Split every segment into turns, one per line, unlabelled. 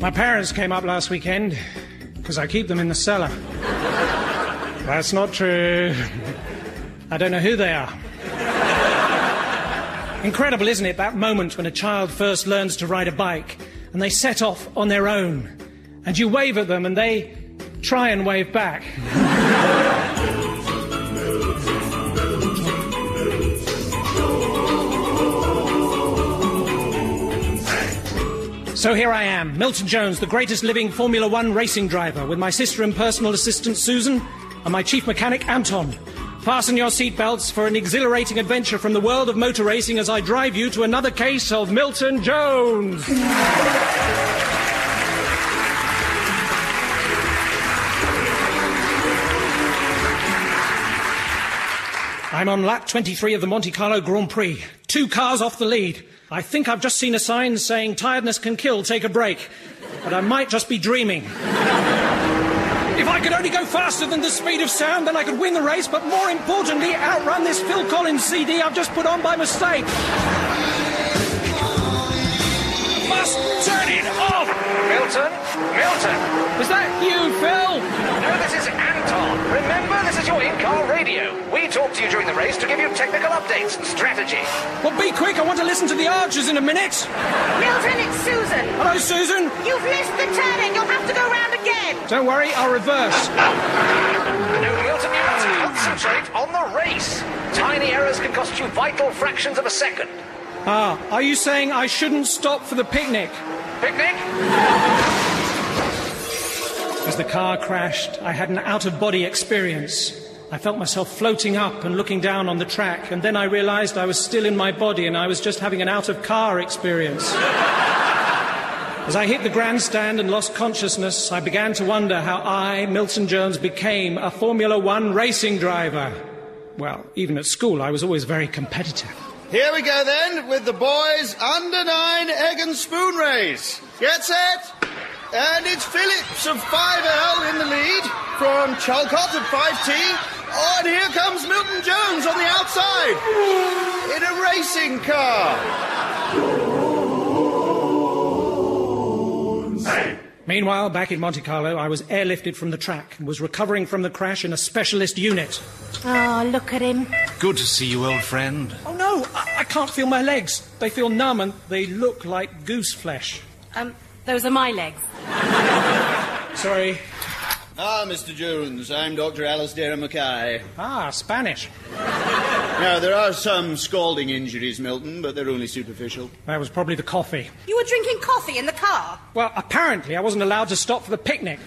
My parents came up last weekend because I keep them in the cellar. That's not true. I don't know who they are. Incredible, isn't it, that moment when a child first learns to ride a bike and they set off on their own and you wave at them and they try and wave back. So here I am, Milton Jones, the greatest living Formula One racing driver, with my sister and personal assistant Susan, and my chief mechanic Anton. Fasten your seatbelts for an exhilarating adventure from the world of motor racing as I drive you to another case of Milton Jones. I'm on lap 23 of the Monte Carlo Grand Prix. Two cars off the lead. I think I've just seen a sign saying tiredness can kill, take a break. But I might just be dreaming. if I could only go faster than the speed of sound, then I could win the race, but more importantly, outrun this Phil Collins CD I've just put on by mistake. Must turn it off!
Milton, Milton.
Was that you, Phil?
No, this is Anton. Remember, this is your in-car radio. We talk to you during the race to give you technical updates and strategy.
Well, be quick, I want to listen to the Archers in a minute.
Milton, it's Susan.
Hello, Susan.
You've missed the turning. You'll have to go round again.
Don't worry, I'll reverse.
No, Milton, you must concentrate on the race. Tiny errors can cost you vital fractions of a second.
Ah, are you saying I shouldn't stop for the picnic?
Picnic?
As the car crashed, I had an out of body experience. I felt myself floating up and looking down on the track, and then I realized I was still in my body and I was just having an out of car experience. As I hit the grandstand and lost consciousness, I began to wonder how I, Milton Jones, became a Formula One racing driver. Well, even at school, I was always very competitive.
Here we go then with the boys' under nine egg and spoon race. Get set. And it's Phillips of 5L in the lead from Chalcott of 5T. Oh, and here comes Milton Jones on the outside in a racing car.
Meanwhile, back in Monte Carlo, I was airlifted from the track and was recovering from the crash in a specialist unit.
Oh, look at him.
Good to see you, old friend.
Oh no, I, I can't feel my legs. They feel numb and they look like goose flesh.
Um, those are my legs.
Sorry.
Ah, Mr. Jones, I'm Dr. Alasdair Mackay.
Ah, Spanish.
Now, there are some scalding injuries, Milton, but they're only superficial.
That was probably the coffee.
You were drinking coffee in the car.
Well, apparently I wasn't allowed to stop for the picnic.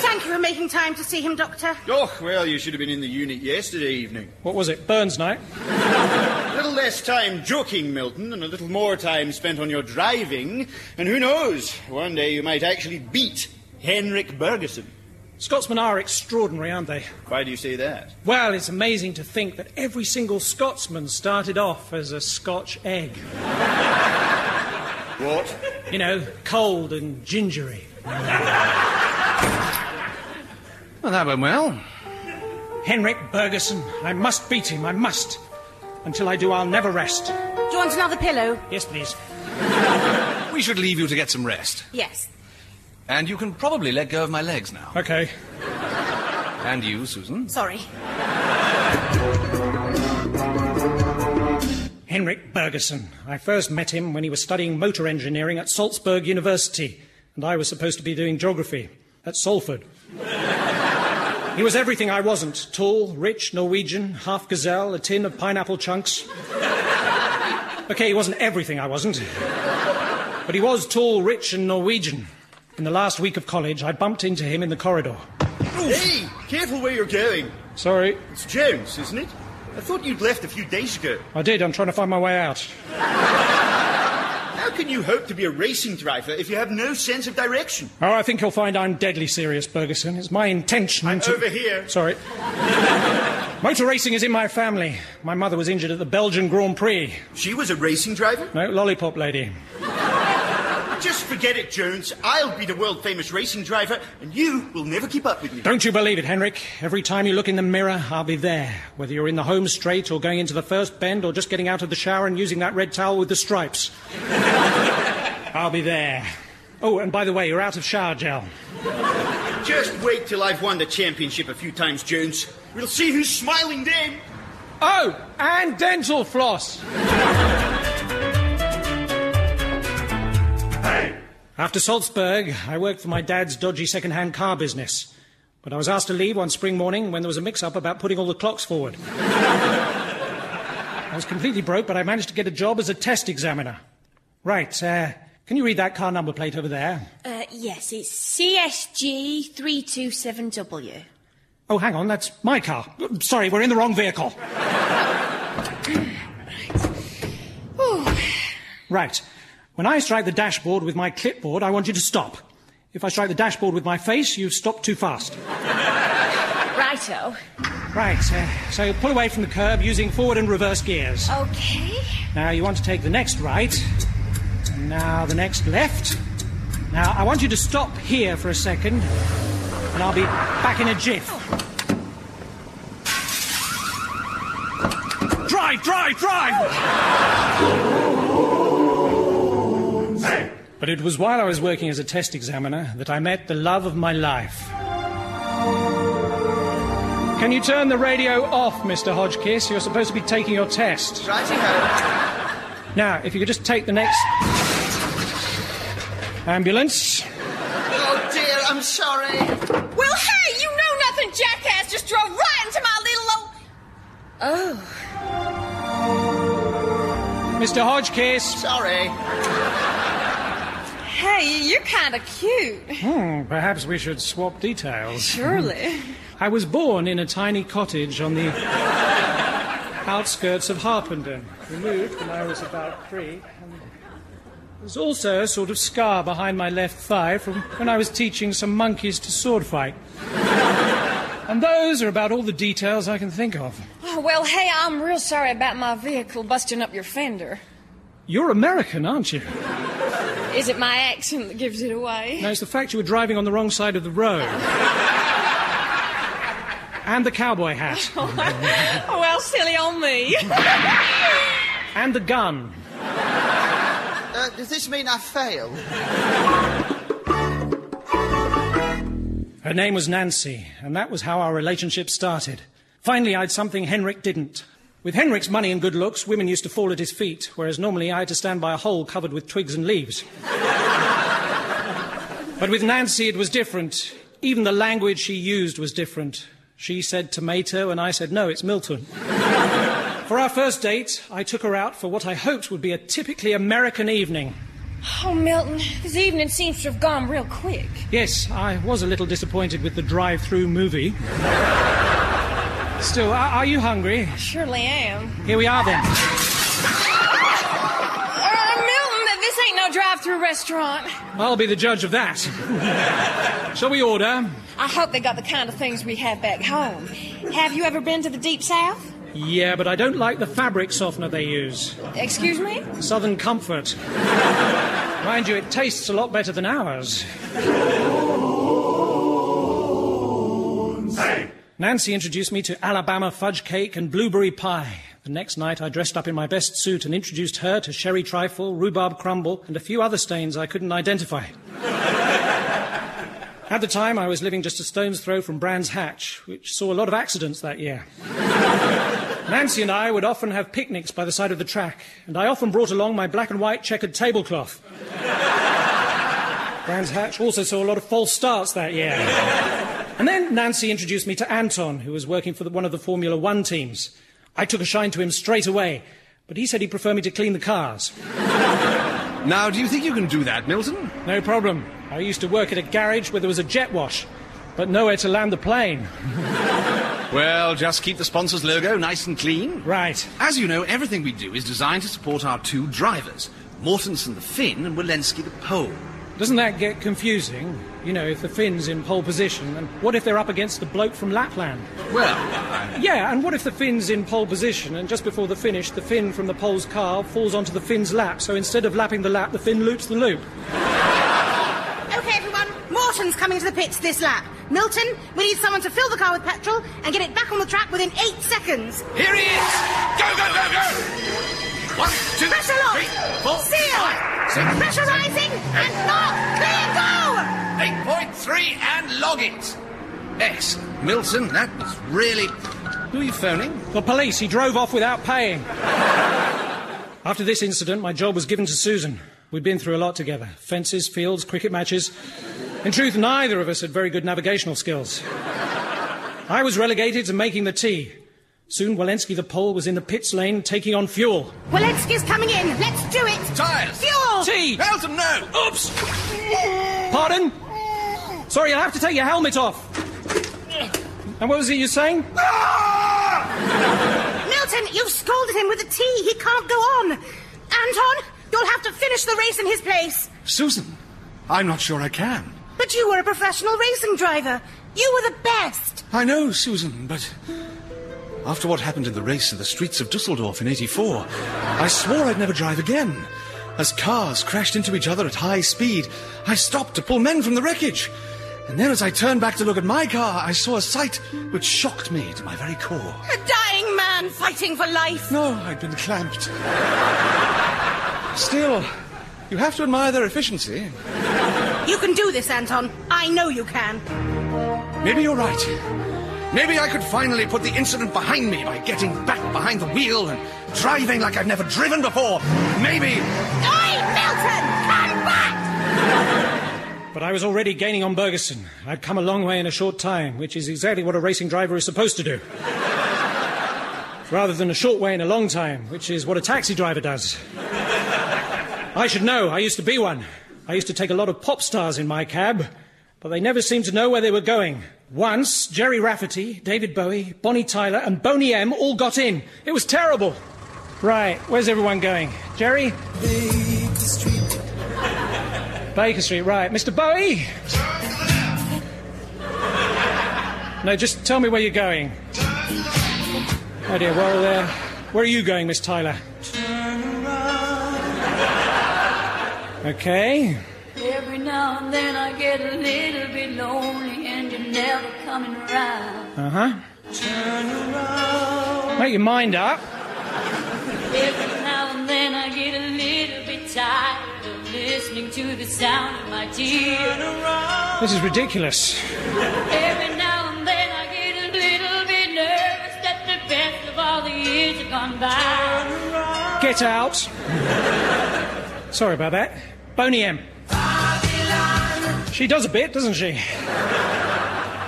Thank you for making time to see him, Doctor.
Oh, well, you should have been in the unit yesterday evening.
What was it? Burns night?
A little less time joking, Milton, and a little more time spent on your driving. And who knows, one day you might actually beat Henrik Bergeson.
Scotsmen are extraordinary, aren't they?
Why do you say that?
Well, it's amazing to think that every single Scotsman started off as a Scotch egg.
What?
You know, cold and gingery.
Well, that went well.
Henrik Bergeson, I must beat him, I must. Until I do, I'll never rest.
Do you want another pillow?
Yes, please.
We should leave you to get some rest.
Yes.
And you can probably let go of my legs now.
Okay.
And you, Susan.
Sorry.
Henrik Bergeson. I first met him when he was studying motor engineering at Salzburg University, and I was supposed to be doing geography at Salford. he was everything I wasn't tall, rich, Norwegian, half gazelle, a tin of pineapple chunks. okay, he wasn't everything I wasn't, but he was tall, rich, and Norwegian. In the last week of college, I bumped into him in the corridor.
Hey, careful where you're going.
Sorry,
It's Jones, isn't it? I thought you'd left a few days ago.
I did. I'm trying to find my way out.
How can you hope to be a racing driver if you have no sense of direction?
Oh, I think you'll find I'm deadly serious, Bergeson. It's my intention
I'm
to.
over here.
Sorry. Motor racing is in my family. My mother was injured at the Belgian Grand Prix.
She was a racing driver?
No, lollipop lady.
Just forget it, Jones. I'll be the world famous racing driver, and you will never keep up with me.
Don't you believe it, Henrik? Every time you look in the mirror, I'll be there. Whether you're in the home straight or going into the first bend or just getting out of the shower and using that red towel with the stripes. I'll be there. Oh, and by the way, you're out of shower gel.
Just wait till I've won the championship a few times, Jones. We'll see who's smiling then.
Oh, and dental floss. After Salzburg, I worked for my dad's dodgy second-hand car business. But I was asked to leave one spring morning when there was a mix-up about putting all the clocks forward. I was completely broke, but I managed to get a job as a test examiner. Right, uh, can you read that car number plate over there?
Uh, yes, it's CSG327W.
Oh, hang on, that's my car. Sorry, we're in the wrong vehicle. Right. When I strike the dashboard with my clipboard, I want you to stop. If I strike the dashboard with my face, you've stopped too fast.
Righto.
Right, uh, so pull away from the curb using forward and reverse gears.
Okay.
Now you want to take the next right. and Now the next left. Now I want you to stop here for a second, and I'll be back in a jiff. Drive, drive, drive! But it was while I was working as a test examiner that I met the love of my life. Can you turn the radio off, Mr. Hodgkiss? You're supposed to be taking your test. Now, if you could just take the next. Ambulance.
Oh dear, I'm sorry.
Well, Oh, hey, you know nothing, jackass. Just drove right into my little old. Oh.
Mr. Hodgkiss.
Sorry.
Hey, you're kind of cute.
Hmm, perhaps we should swap details.
Surely.
I was born in a tiny cottage on the outskirts of Harpenden. We moved when I was about three. And there's also a sort of scar behind my left thigh from when I was teaching some monkeys to sword fight. and those are about all the details I can think of.
Oh, well, hey, I'm real sorry about my vehicle busting up your fender.
You're American, aren't you?
Is it my accent that gives it away?
No, it's the fact you were driving on the wrong side of the road. and the cowboy hat.
Oh, well, silly on me.
And the gun.
Uh, does this mean I fail?
Her name was Nancy, and that was how our relationship started. Finally, I had something Henrik didn't. With Henrik's money and good looks, women used to fall at his feet, whereas normally I had to stand by a hole covered with twigs and leaves. but with Nancy, it was different. Even the language she used was different. She said tomato, and I said, no, it's Milton. for our first date, I took her out for what I hoped would be a typically American evening.
oh, Milton, this evening seems to have gone real quick.
Yes, I was a little disappointed with the drive through movie. Still, are, are you hungry?
Surely am.
Here we are then.
Uh, Milton, th- this ain't no drive-through restaurant.
I'll be the judge of that. Shall we order?
I hope they got the kind of things we have back home. Have you ever been to the Deep South?
Yeah, but I don't like the fabric softener they use.
Excuse me?
Southern Comfort. Mind you, it tastes a lot better than ours. Nancy introduced me to Alabama fudge cake and blueberry pie. The next night, I dressed up in my best suit and introduced her to sherry trifle, rhubarb crumble, and a few other stains I couldn't identify. At the time, I was living just a stone's throw from Brands Hatch, which saw a lot of accidents that year. Nancy and I would often have picnics by the side of the track, and I often brought along my black and white checkered tablecloth. Brands Hatch also saw a lot of false starts that year. And then Nancy introduced me to Anton, who was working for the, one of the Formula One teams. I took a shine to him straight away, but he said he'd prefer me to clean the cars.
Now, do you think you can do that, Milton?
No problem. I used to work at a garage where there was a jet wash, but nowhere to land the plane.
Well, just keep the sponsor's logo nice and clean.
Right.
As you know, everything we do is designed to support our two drivers, Mortensen the Finn and Walensky the Pole.
Doesn't that get confusing? You know, if the Finn's in pole position, and what if they're up against the bloke from Lapland?
Well,
Yeah, and what if the Finn's in pole position, and just before the finish, the Finn from the pole's car falls onto the Finn's lap, so instead of lapping the lap, the Finn loops the loop?
Okay, everyone, Morton's coming to the pits this lap. Milton, we need someone to fill the car with petrol and get it back on the track within eight seconds.
here he is! Go, go, go, go! One, two,
Pressure lock!
three, four,
Seal!
five, six,
Pressurizing and not clear!
log it. Yes, Milton, that was really. Who are you phoning?
The police, he drove off without paying. After this incident, my job was given to Susan. We'd been through a lot together fences, fields, cricket matches. In truth, neither of us had very good navigational skills. I was relegated to making the tea. Soon, Walensky the Pole was in the pits lane taking on fuel.
Walensky's coming in. Let's do it.
Tires.
Fuel.
Tea!
Milton, no!
Oops! Pardon? Sorry, you'll have to take your helmet off. And what was it you were saying?
Milton, you've scolded him with the tea. He can't go on. Anton, you'll have to finish the race in his place.
Susan, I'm not sure I can.
But you were a professional racing driver. You were the best.
I know, Susan, but after what happened in the race in the streets of Dusseldorf in 84, I swore I'd never drive again. As cars crashed into each other at high speed, I stopped to pull men from the wreckage. And then as I turned back to look at my car, I saw a sight which shocked me to my very core.
A dying man fighting for life.
No, I'd been clamped. Still, you have to admire their efficiency.
You can do this, Anton. I know you can.
Maybe you're right. Maybe I could finally put the incident behind me by getting back behind the wheel and driving like I've never driven before. Maybe.
Oi, Milton, come back!
But I was already gaining on Bergeson. I'd come a long way in a short time, which is exactly what a racing driver is supposed to do. Rather than a short way in a long time, which is what a taxi driver does. I should know, I used to be one. I used to take a lot of pop stars in my cab, but they never seemed to know where they were going. Once, Jerry Rafferty, David Bowie, Bonnie Tyler, and Boney M all got in. It was terrible. Right, where's everyone going? Jerry? Baker Street. Baker Street, right. Mr. Bowie? No, just tell me where you're going. Oh dear, well, uh, where are you going, Miss Tyler? Okay.
Every now and then I get a little bit lonely and you're never coming around.
Uh huh. Make your mind up.
Every now and then I get a little bit tired of listening to the sound of my tears.
This is ridiculous.
Every now and then I get a little bit nervous that the best of all the years have gone by.
Get out. Sorry about that. Boney M. She does a bit, doesn't she?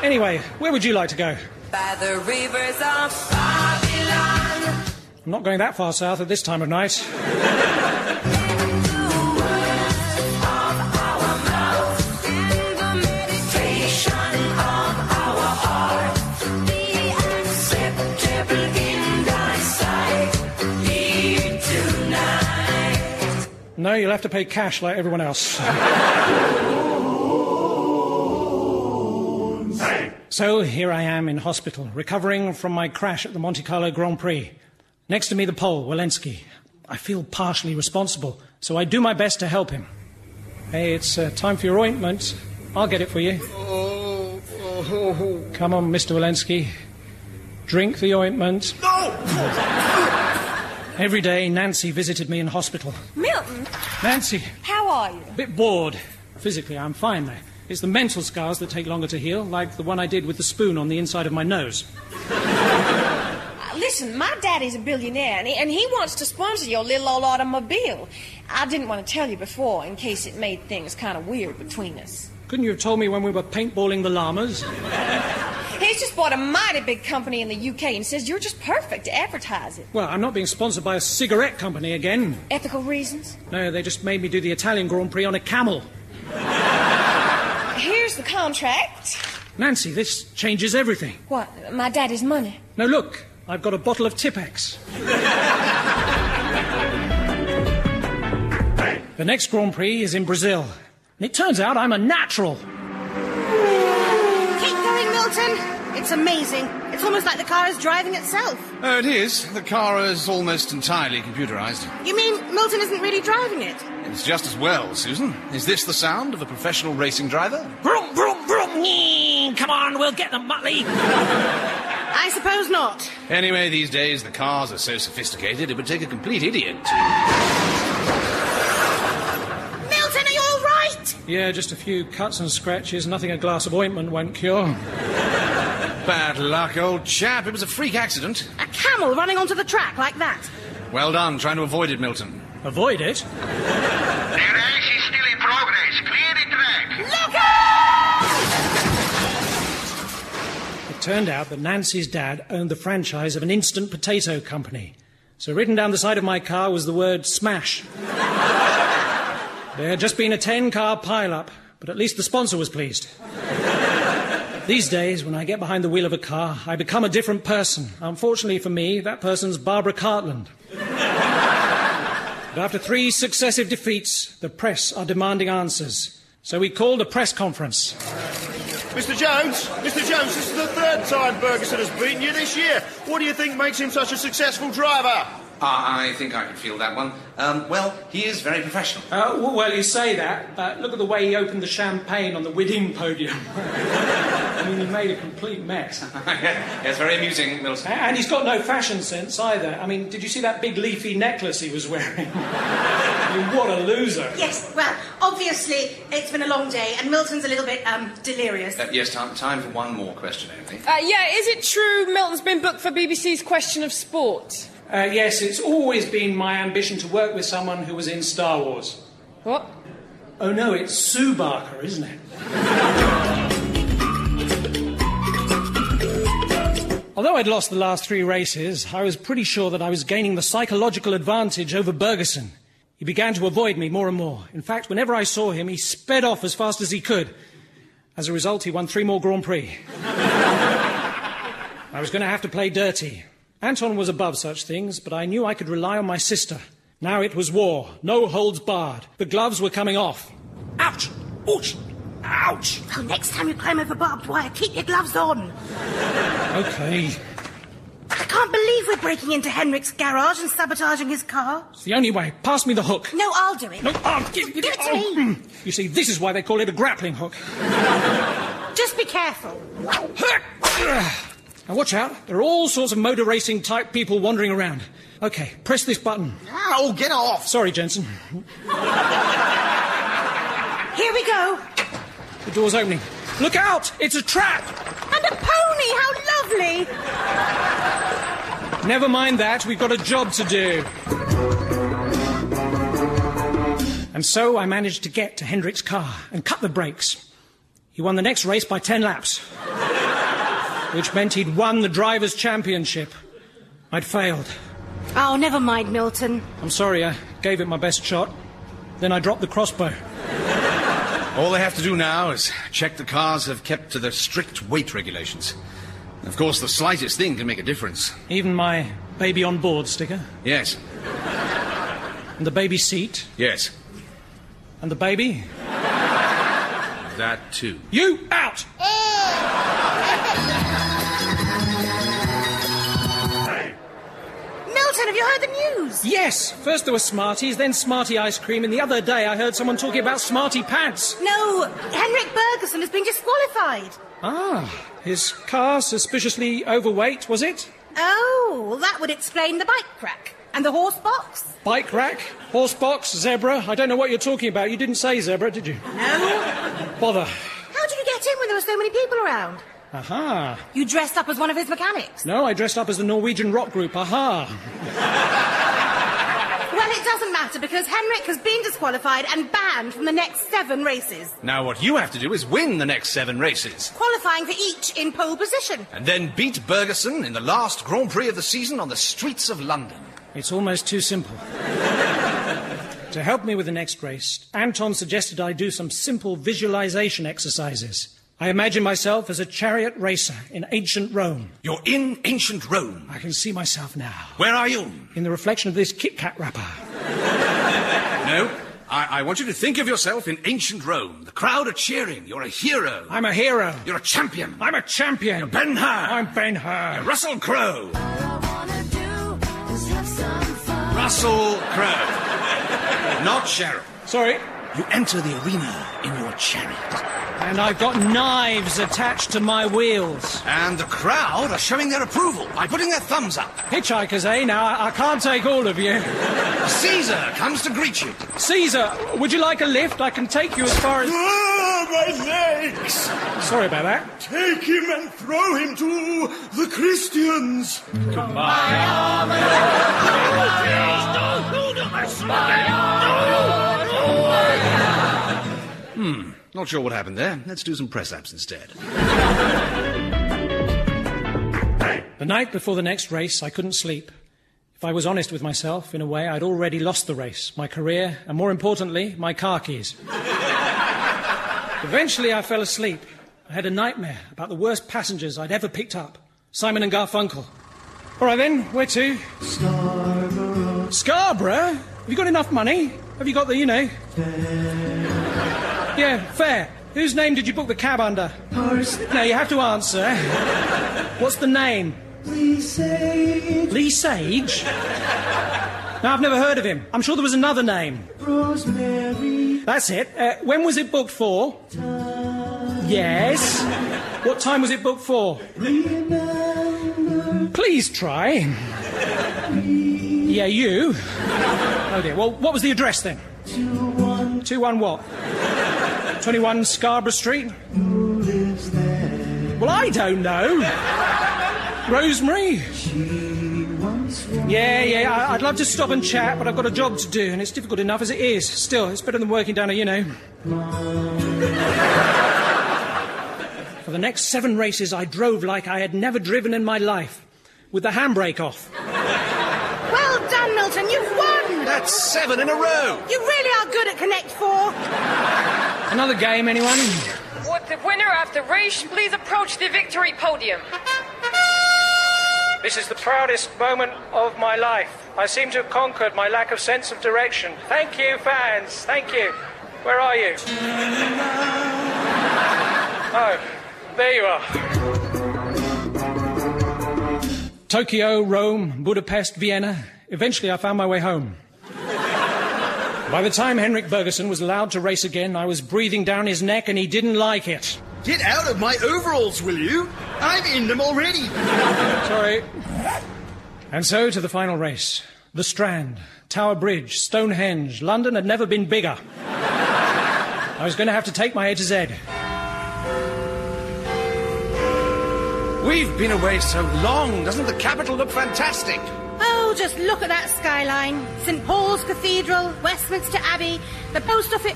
Anyway, where would you like to go?
By the rivers of
I'm not going that far south at this time of night. No, you'll have to pay cash like everyone else. so here I am in hospital, recovering from my crash at the Monte Carlo Grand Prix. Next to me, the Pole, Walensky. I feel partially responsible, so I do my best to help him. Hey, it's uh, time for your ointment. I'll get it for you. Come on, Mr. Walensky. Drink the ointment. Every day, Nancy visited me in hospital.
Milton,
Nancy,
how are you?
bit bored. Physically, I'm fine though. It's the mental scars that take longer to heal, like the one I did with the spoon on the inside of my nose.
Uh, Listen, my daddy's a billionaire, and he, and he wants to sponsor your little old automobile. I didn't want to tell you before in case it made things kind of weird between us.
Couldn't you have told me when we were paintballing the llamas?
He's just bought a mighty big company in the UK and says you're just perfect to advertise it.
Well, I'm not being sponsored by a cigarette company again.
Ethical reasons?
No, they just made me do the Italian Grand Prix on a camel.
Here's the contract.
Nancy, this changes everything.
What? My daddy's money.
Now look, I've got a bottle of Tipex. the next Grand Prix is in Brazil. And it turns out I'm a natural.
Keep going, Milton. It's amazing. It's almost like the car is driving itself.
Oh, it is. The car is almost entirely computerized.
You mean Milton isn't really driving it?
It's just as well, Susan. Is this the sound of a professional racing driver?
Vroom, vroom, vroom. Yee, Come on, we'll get them, Muttley.
I suppose not.
Anyway, these days the cars are so sophisticated it would take a complete idiot. to-
Milton, are you all right?
Yeah, just a few cuts and scratches, nothing a glass of ointment won't cure.
Bad luck, old chap. It was a freak accident.
A camel running onto the track like that.
Well done, trying to avoid it, Milton.
Avoid it?
Look out!
It turned out that Nancy's dad owned the franchise of an instant potato company. So written down the side of my car was the word smash. there had just been a 10 car pile-up, but at least the sponsor was pleased. These days, when I get behind the wheel of a car, I become a different person. Unfortunately for me, that person's Barbara Cartland. But after three successive defeats, the press are demanding answers. So we called a press conference.
Mr. Jones, Mr. Jones, this is the third time Ferguson has beaten you this year. What do you think makes him such a successful driver?
I think I can feel that one. Um, well, he is very professional.
Uh, w- well, you say that. Uh, look at the way he opened the champagne on the within podium. I mean, he made a complete mess.
yes, very amusing, Milton.
And he's got no fashion sense either. I mean, did you see that big leafy necklace he was wearing? I mean, what a loser.
Yes, well, obviously it's been a long day and Milton's a little bit um delirious.
Uh, yes, time, time for one more question, I think.
Uh, yeah, is it true Milton's been booked for BBC's Question of Sport?
Uh, yes, it's always been my ambition to work with someone who was in Star Wars.
What?
Oh no, it's Sue Barker, isn't it? Although I'd lost the last three races, I was pretty sure that I was gaining the psychological advantage over Bergeson. He began to avoid me more and more. In fact, whenever I saw him, he sped off as fast as he could. As a result, he won three more Grand Prix. I was going to have to play dirty. Anton was above such things, but I knew I could rely on my sister. Now it was war, no holds barred. The gloves were coming off. Ouch! Ouch! Ouch!
Oh, next time you climb over barbed wire, keep your gloves on.
Okay.
I can't believe we're breaking into Henrik's garage and sabotaging his car.
It's the only way. Pass me the hook.
No, I'll do it.
No, oh, give,
Give it to
oh,
me.
mm. You see, this is why they call it a grappling hook.
Just be careful.
Now watch out. There are all sorts of motor racing type people wandering around. Okay, press this button.
Oh, get off.
Sorry, Jensen.
Here we go.
The door's opening. Look out! It's a trap!
And a pony, how lovely!
Never mind that, we've got a job to do. And so I managed to get to Hendrick's car and cut the brakes. He won the next race by 10 laps, which meant he'd won the Drivers' Championship. I'd failed.
Oh, never mind, Milton.
I'm sorry, I gave it my best shot. Then I dropped the crossbow.
All they have to do now is check the cars have kept to their strict weight regulations. Of course, the slightest thing can make a difference.
Even my baby on board sticker,
Yes,
and the baby seat,
yes,
and the baby.
that too.
You out!
Milton, have you heard the news?
Yes! First there were Smarties, then Smartie ice cream, and the other day I heard someone talking about Smartie pants.
No, Henrik Bergeson has been disqualified.
Ah, his car suspiciously overweight, was it?
Oh, well, that would explain the bike crack and the horse box.
Bike rack, horse box, zebra. I don't know what you're talking about. You didn't say zebra, did you? No. Bother.
How did you get in when there were so many people around?
Aha.
You dressed up as one of his mechanics.
No, I dressed up as the Norwegian rock group. Aha.
Well, it doesn't matter because Henrik has been disqualified and banned from the next seven races,
Now, what you have to do is win the next seven races,
qualifying for each in pole position.
and then beat Bergeson in the last Grand Prix of the season on the streets of London.
It's almost too simple. to help me with the next race, Anton suggested I do some simple visualization exercises. I imagine myself as a chariot racer in ancient Rome.
You're in ancient Rome.
I can see myself now
Where are you?
in the reflection of this Kit Kat wrapper.
No. I, I want you to think of yourself in ancient Rome. The crowd are cheering. You're a hero.
I'm a hero.
You're a champion.
I'm a champion. You're
Ben-Hur.
I'm Ben Hur.
Uh, Russell Crowe.
All I wanna do is have some fun.
Russell Crowe. Not Cheryl.
Sorry.
You enter the arena in your chariot.
And I've got knives attached to my wheels.
And the crowd are showing their approval by putting their thumbs up.
Hitchhikers, eh? Now, I, I can't take all of you.
Caesar comes to greet you.
Caesar, would you like a lift? I can take you as far as.
Ah, my legs!
Sorry about that.
Take him and throw him to the Christians!
Hmm. Not sure what happened there. Let's do some press ups instead.
The night before the next race, I couldn't sleep. If I was honest with myself, in a way, I'd already lost the race, my career, and more importantly, my car keys. Eventually, I fell asleep. I had a nightmare about the worst passengers I'd ever picked up Simon and Garfunkel. All right, then, where to? Scarborough. Scarborough? Have you got enough money? Have you got the, you know? Yeah, fair. Whose name did you book the cab under? Horace. No, you have to answer. What's the name? Lee Sage. Lee Sage? No, I've never heard of him. I'm sure there was another name.
Rosemary.
That's it. Uh, when was it booked for? Yes. What time was it booked for? Please try. Yeah, you. Oh dear. Well, what was the address then?
2-1.
2 1 what? 21 Scarborough Street?
Who lives there?
Well, I don't know. Rosemary?
She once was.
Yeah, yeah, I, I'd love to stop and chat, but I've got a job to do, and it's difficult enough as it is. Still, it's better than working down a, you know. For the next seven races, I drove like I had never driven in my life, with the handbrake off.
Well done, Milton. You've won.
That's seven in a row.
You really are good at Connect Four.
Another game, anyone?
Would the winner of the race please approach the victory podium?
This is the proudest moment of my life. I seem to have conquered my lack of sense of direction. Thank you, fans. Thank you. Where are you? Oh, there you are. Tokyo, Rome, Budapest, Vienna. Eventually, I found my way home. By the time Henrik Bergerson was allowed to race again, I was breathing down his neck and he didn't like it.
Get out of my overalls, will you? I'm in them already.
Sorry. And so to the final race the Strand, Tower Bridge, Stonehenge. London had never been bigger. I was going to have to take my A to Z.
We've been away so long. Doesn't the capital look fantastic?
Oh, just look at that skyline. St. Paul's Cathedral, Westminster Abbey, the post office.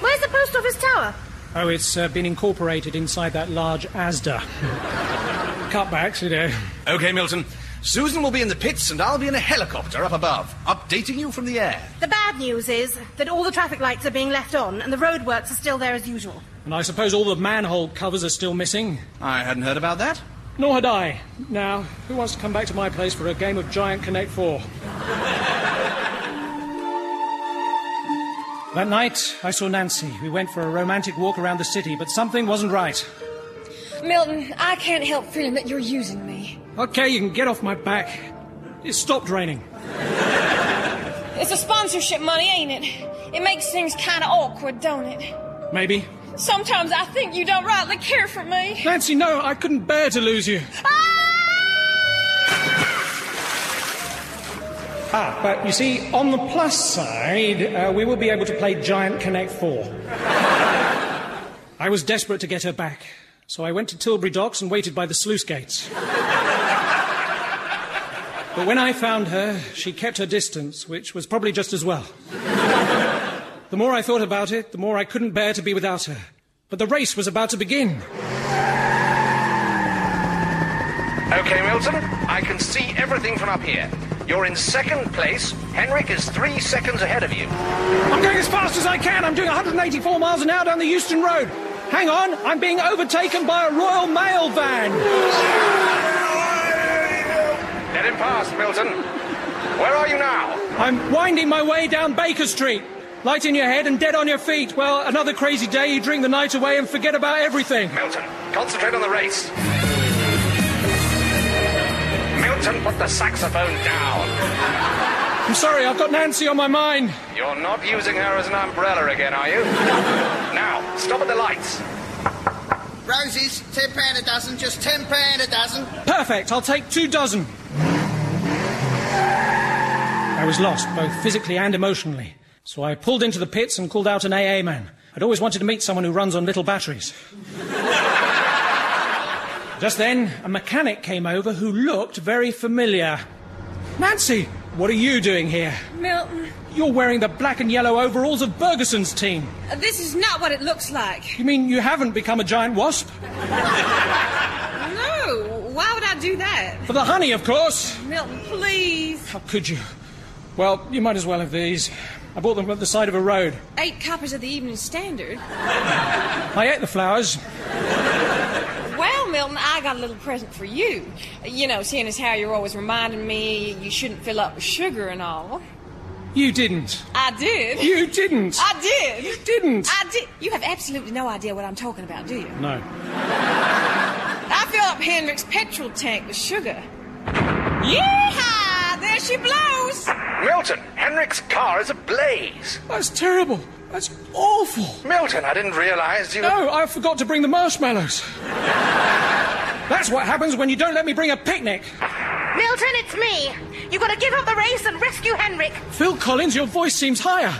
Where's the post office tower?
Oh, it's uh, been incorporated inside that large ASDA. Cutbacks, you know.
Okay, Milton. Susan will be in the pits and I'll be in a helicopter up above, updating you from the air.
The bad news is that all the traffic lights are being left on and the roadworks are still there as usual.
And I suppose all the manhole covers are still missing.
I hadn't heard about that.
Nor had I. Now, who wants to come back to my place for a game of Giant Connect 4? that night, I saw Nancy. We went for a romantic walk around the city, but something wasn't right.
Milton, I can't help feeling that you're using me.
Okay, you can get off my back. It stopped raining.
It's the sponsorship money, ain't it? It makes things kind of awkward, don't it?
Maybe.
Sometimes I think you don't rightly care for me.
Nancy, no, I couldn't bear to lose you. Ah, but you see, on the plus side, uh, we will be able to play Giant Connect 4. I was desperate to get her back, so I went to Tilbury Docks and waited by the sluice gates. but when I found her, she kept her distance, which was probably just as well. The more I thought about it, the more I couldn't bear to be without her. But the race was about to begin.
Okay, Milton, I can see everything from up here. You're in second place. Henrik is three seconds ahead of you.
I'm going as fast as I can. I'm doing 184 miles an hour down the Euston Road. Hang on, I'm being overtaken by a Royal Mail van.
Let him pass, Milton. Where are you now?
I'm winding my way down Baker Street. Light in your head and dead on your feet. Well, another crazy day, you drink the night away and forget about everything.
Milton, concentrate on the race. Milton, put the saxophone down.
I'm sorry, I've got Nancy on my mind.
You're not using her as an umbrella again, are you? now, stop at the lights.
Roses, ten pound a dozen, just ten pound a dozen.
Perfect, I'll take two dozen. I was lost, both physically and emotionally. So I pulled into the pits and called out an AA man. I'd always wanted to meet someone who runs on little batteries. Just then, a mechanic came over who looked very familiar. Nancy, what are you doing here?
Milton,
You're wearing the black and yellow overalls of Bergeson's team.
uh, this is not what it looks like.
You mean you haven't become a giant wasp?
No, why would I do that?
For the honey, of course.
Milton, please.
How could you? Well, you might as well have these. I bought them at the side of a road.
Eight copies of the Evening Standard.
I ate the flowers.
Well, Milton, I got a little present for you. You know, seeing as how you're always reminding me you shouldn't fill up with sugar and all.
You didn't.
I did.
You didn't.
I did. You
didn't.
I did. You have absolutely no idea what I'm talking about, do you?
No.
I fill up Hendrick's petrol tank with sugar. Yeehaw! There she blows.
Milton, Henrik's car is ablaze.
That's terrible. That's awful.
Milton, I didn't realize you.
No, I forgot to bring the marshmallows. That's what happens when you don't let me bring a picnic.
Milton, it's me. You've got to give up the race and rescue Henrik.
Phil Collins, your voice seems higher.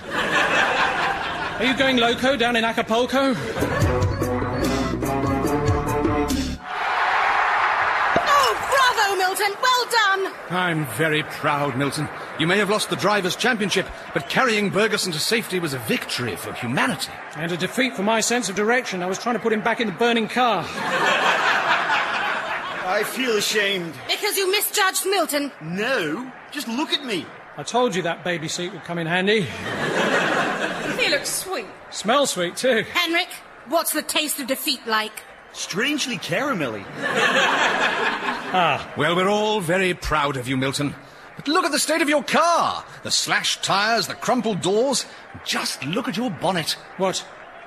Are you going loco down in Acapulco?
Oh, bravo, Milton. Well done.
I'm very proud, Milton. You may have lost the Drivers' Championship, but carrying Bergerson to safety was a victory for humanity.
And a defeat for my sense of direction. I was trying to put him back in the burning car.
I feel ashamed.
Because you misjudged Milton.
No, just look at me.
I told you that baby seat would come in handy.
He looks sweet.
Smells sweet, too.
Henrik, what's the taste of defeat like?
Strangely caramelly.
Ah. Well, we're all very proud of you, Milton. But look at the state of your car the slashed tyres, the crumpled doors. Just look at your bonnet.
What?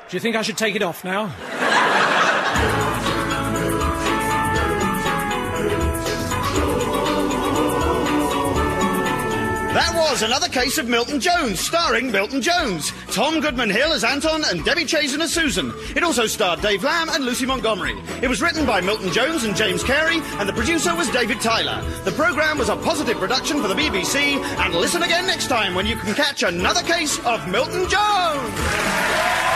Do you think I should take it off now?
That was another case of Milton Jones, starring Milton Jones. Tom Goodman Hill as Anton and Debbie Chazen as Susan. It also starred Dave Lamb and Lucy Montgomery. It was written by Milton Jones and James Carey, and the producer was David Tyler. The programme was a positive production for the BBC, and listen again next time when you can catch another case of Milton Jones.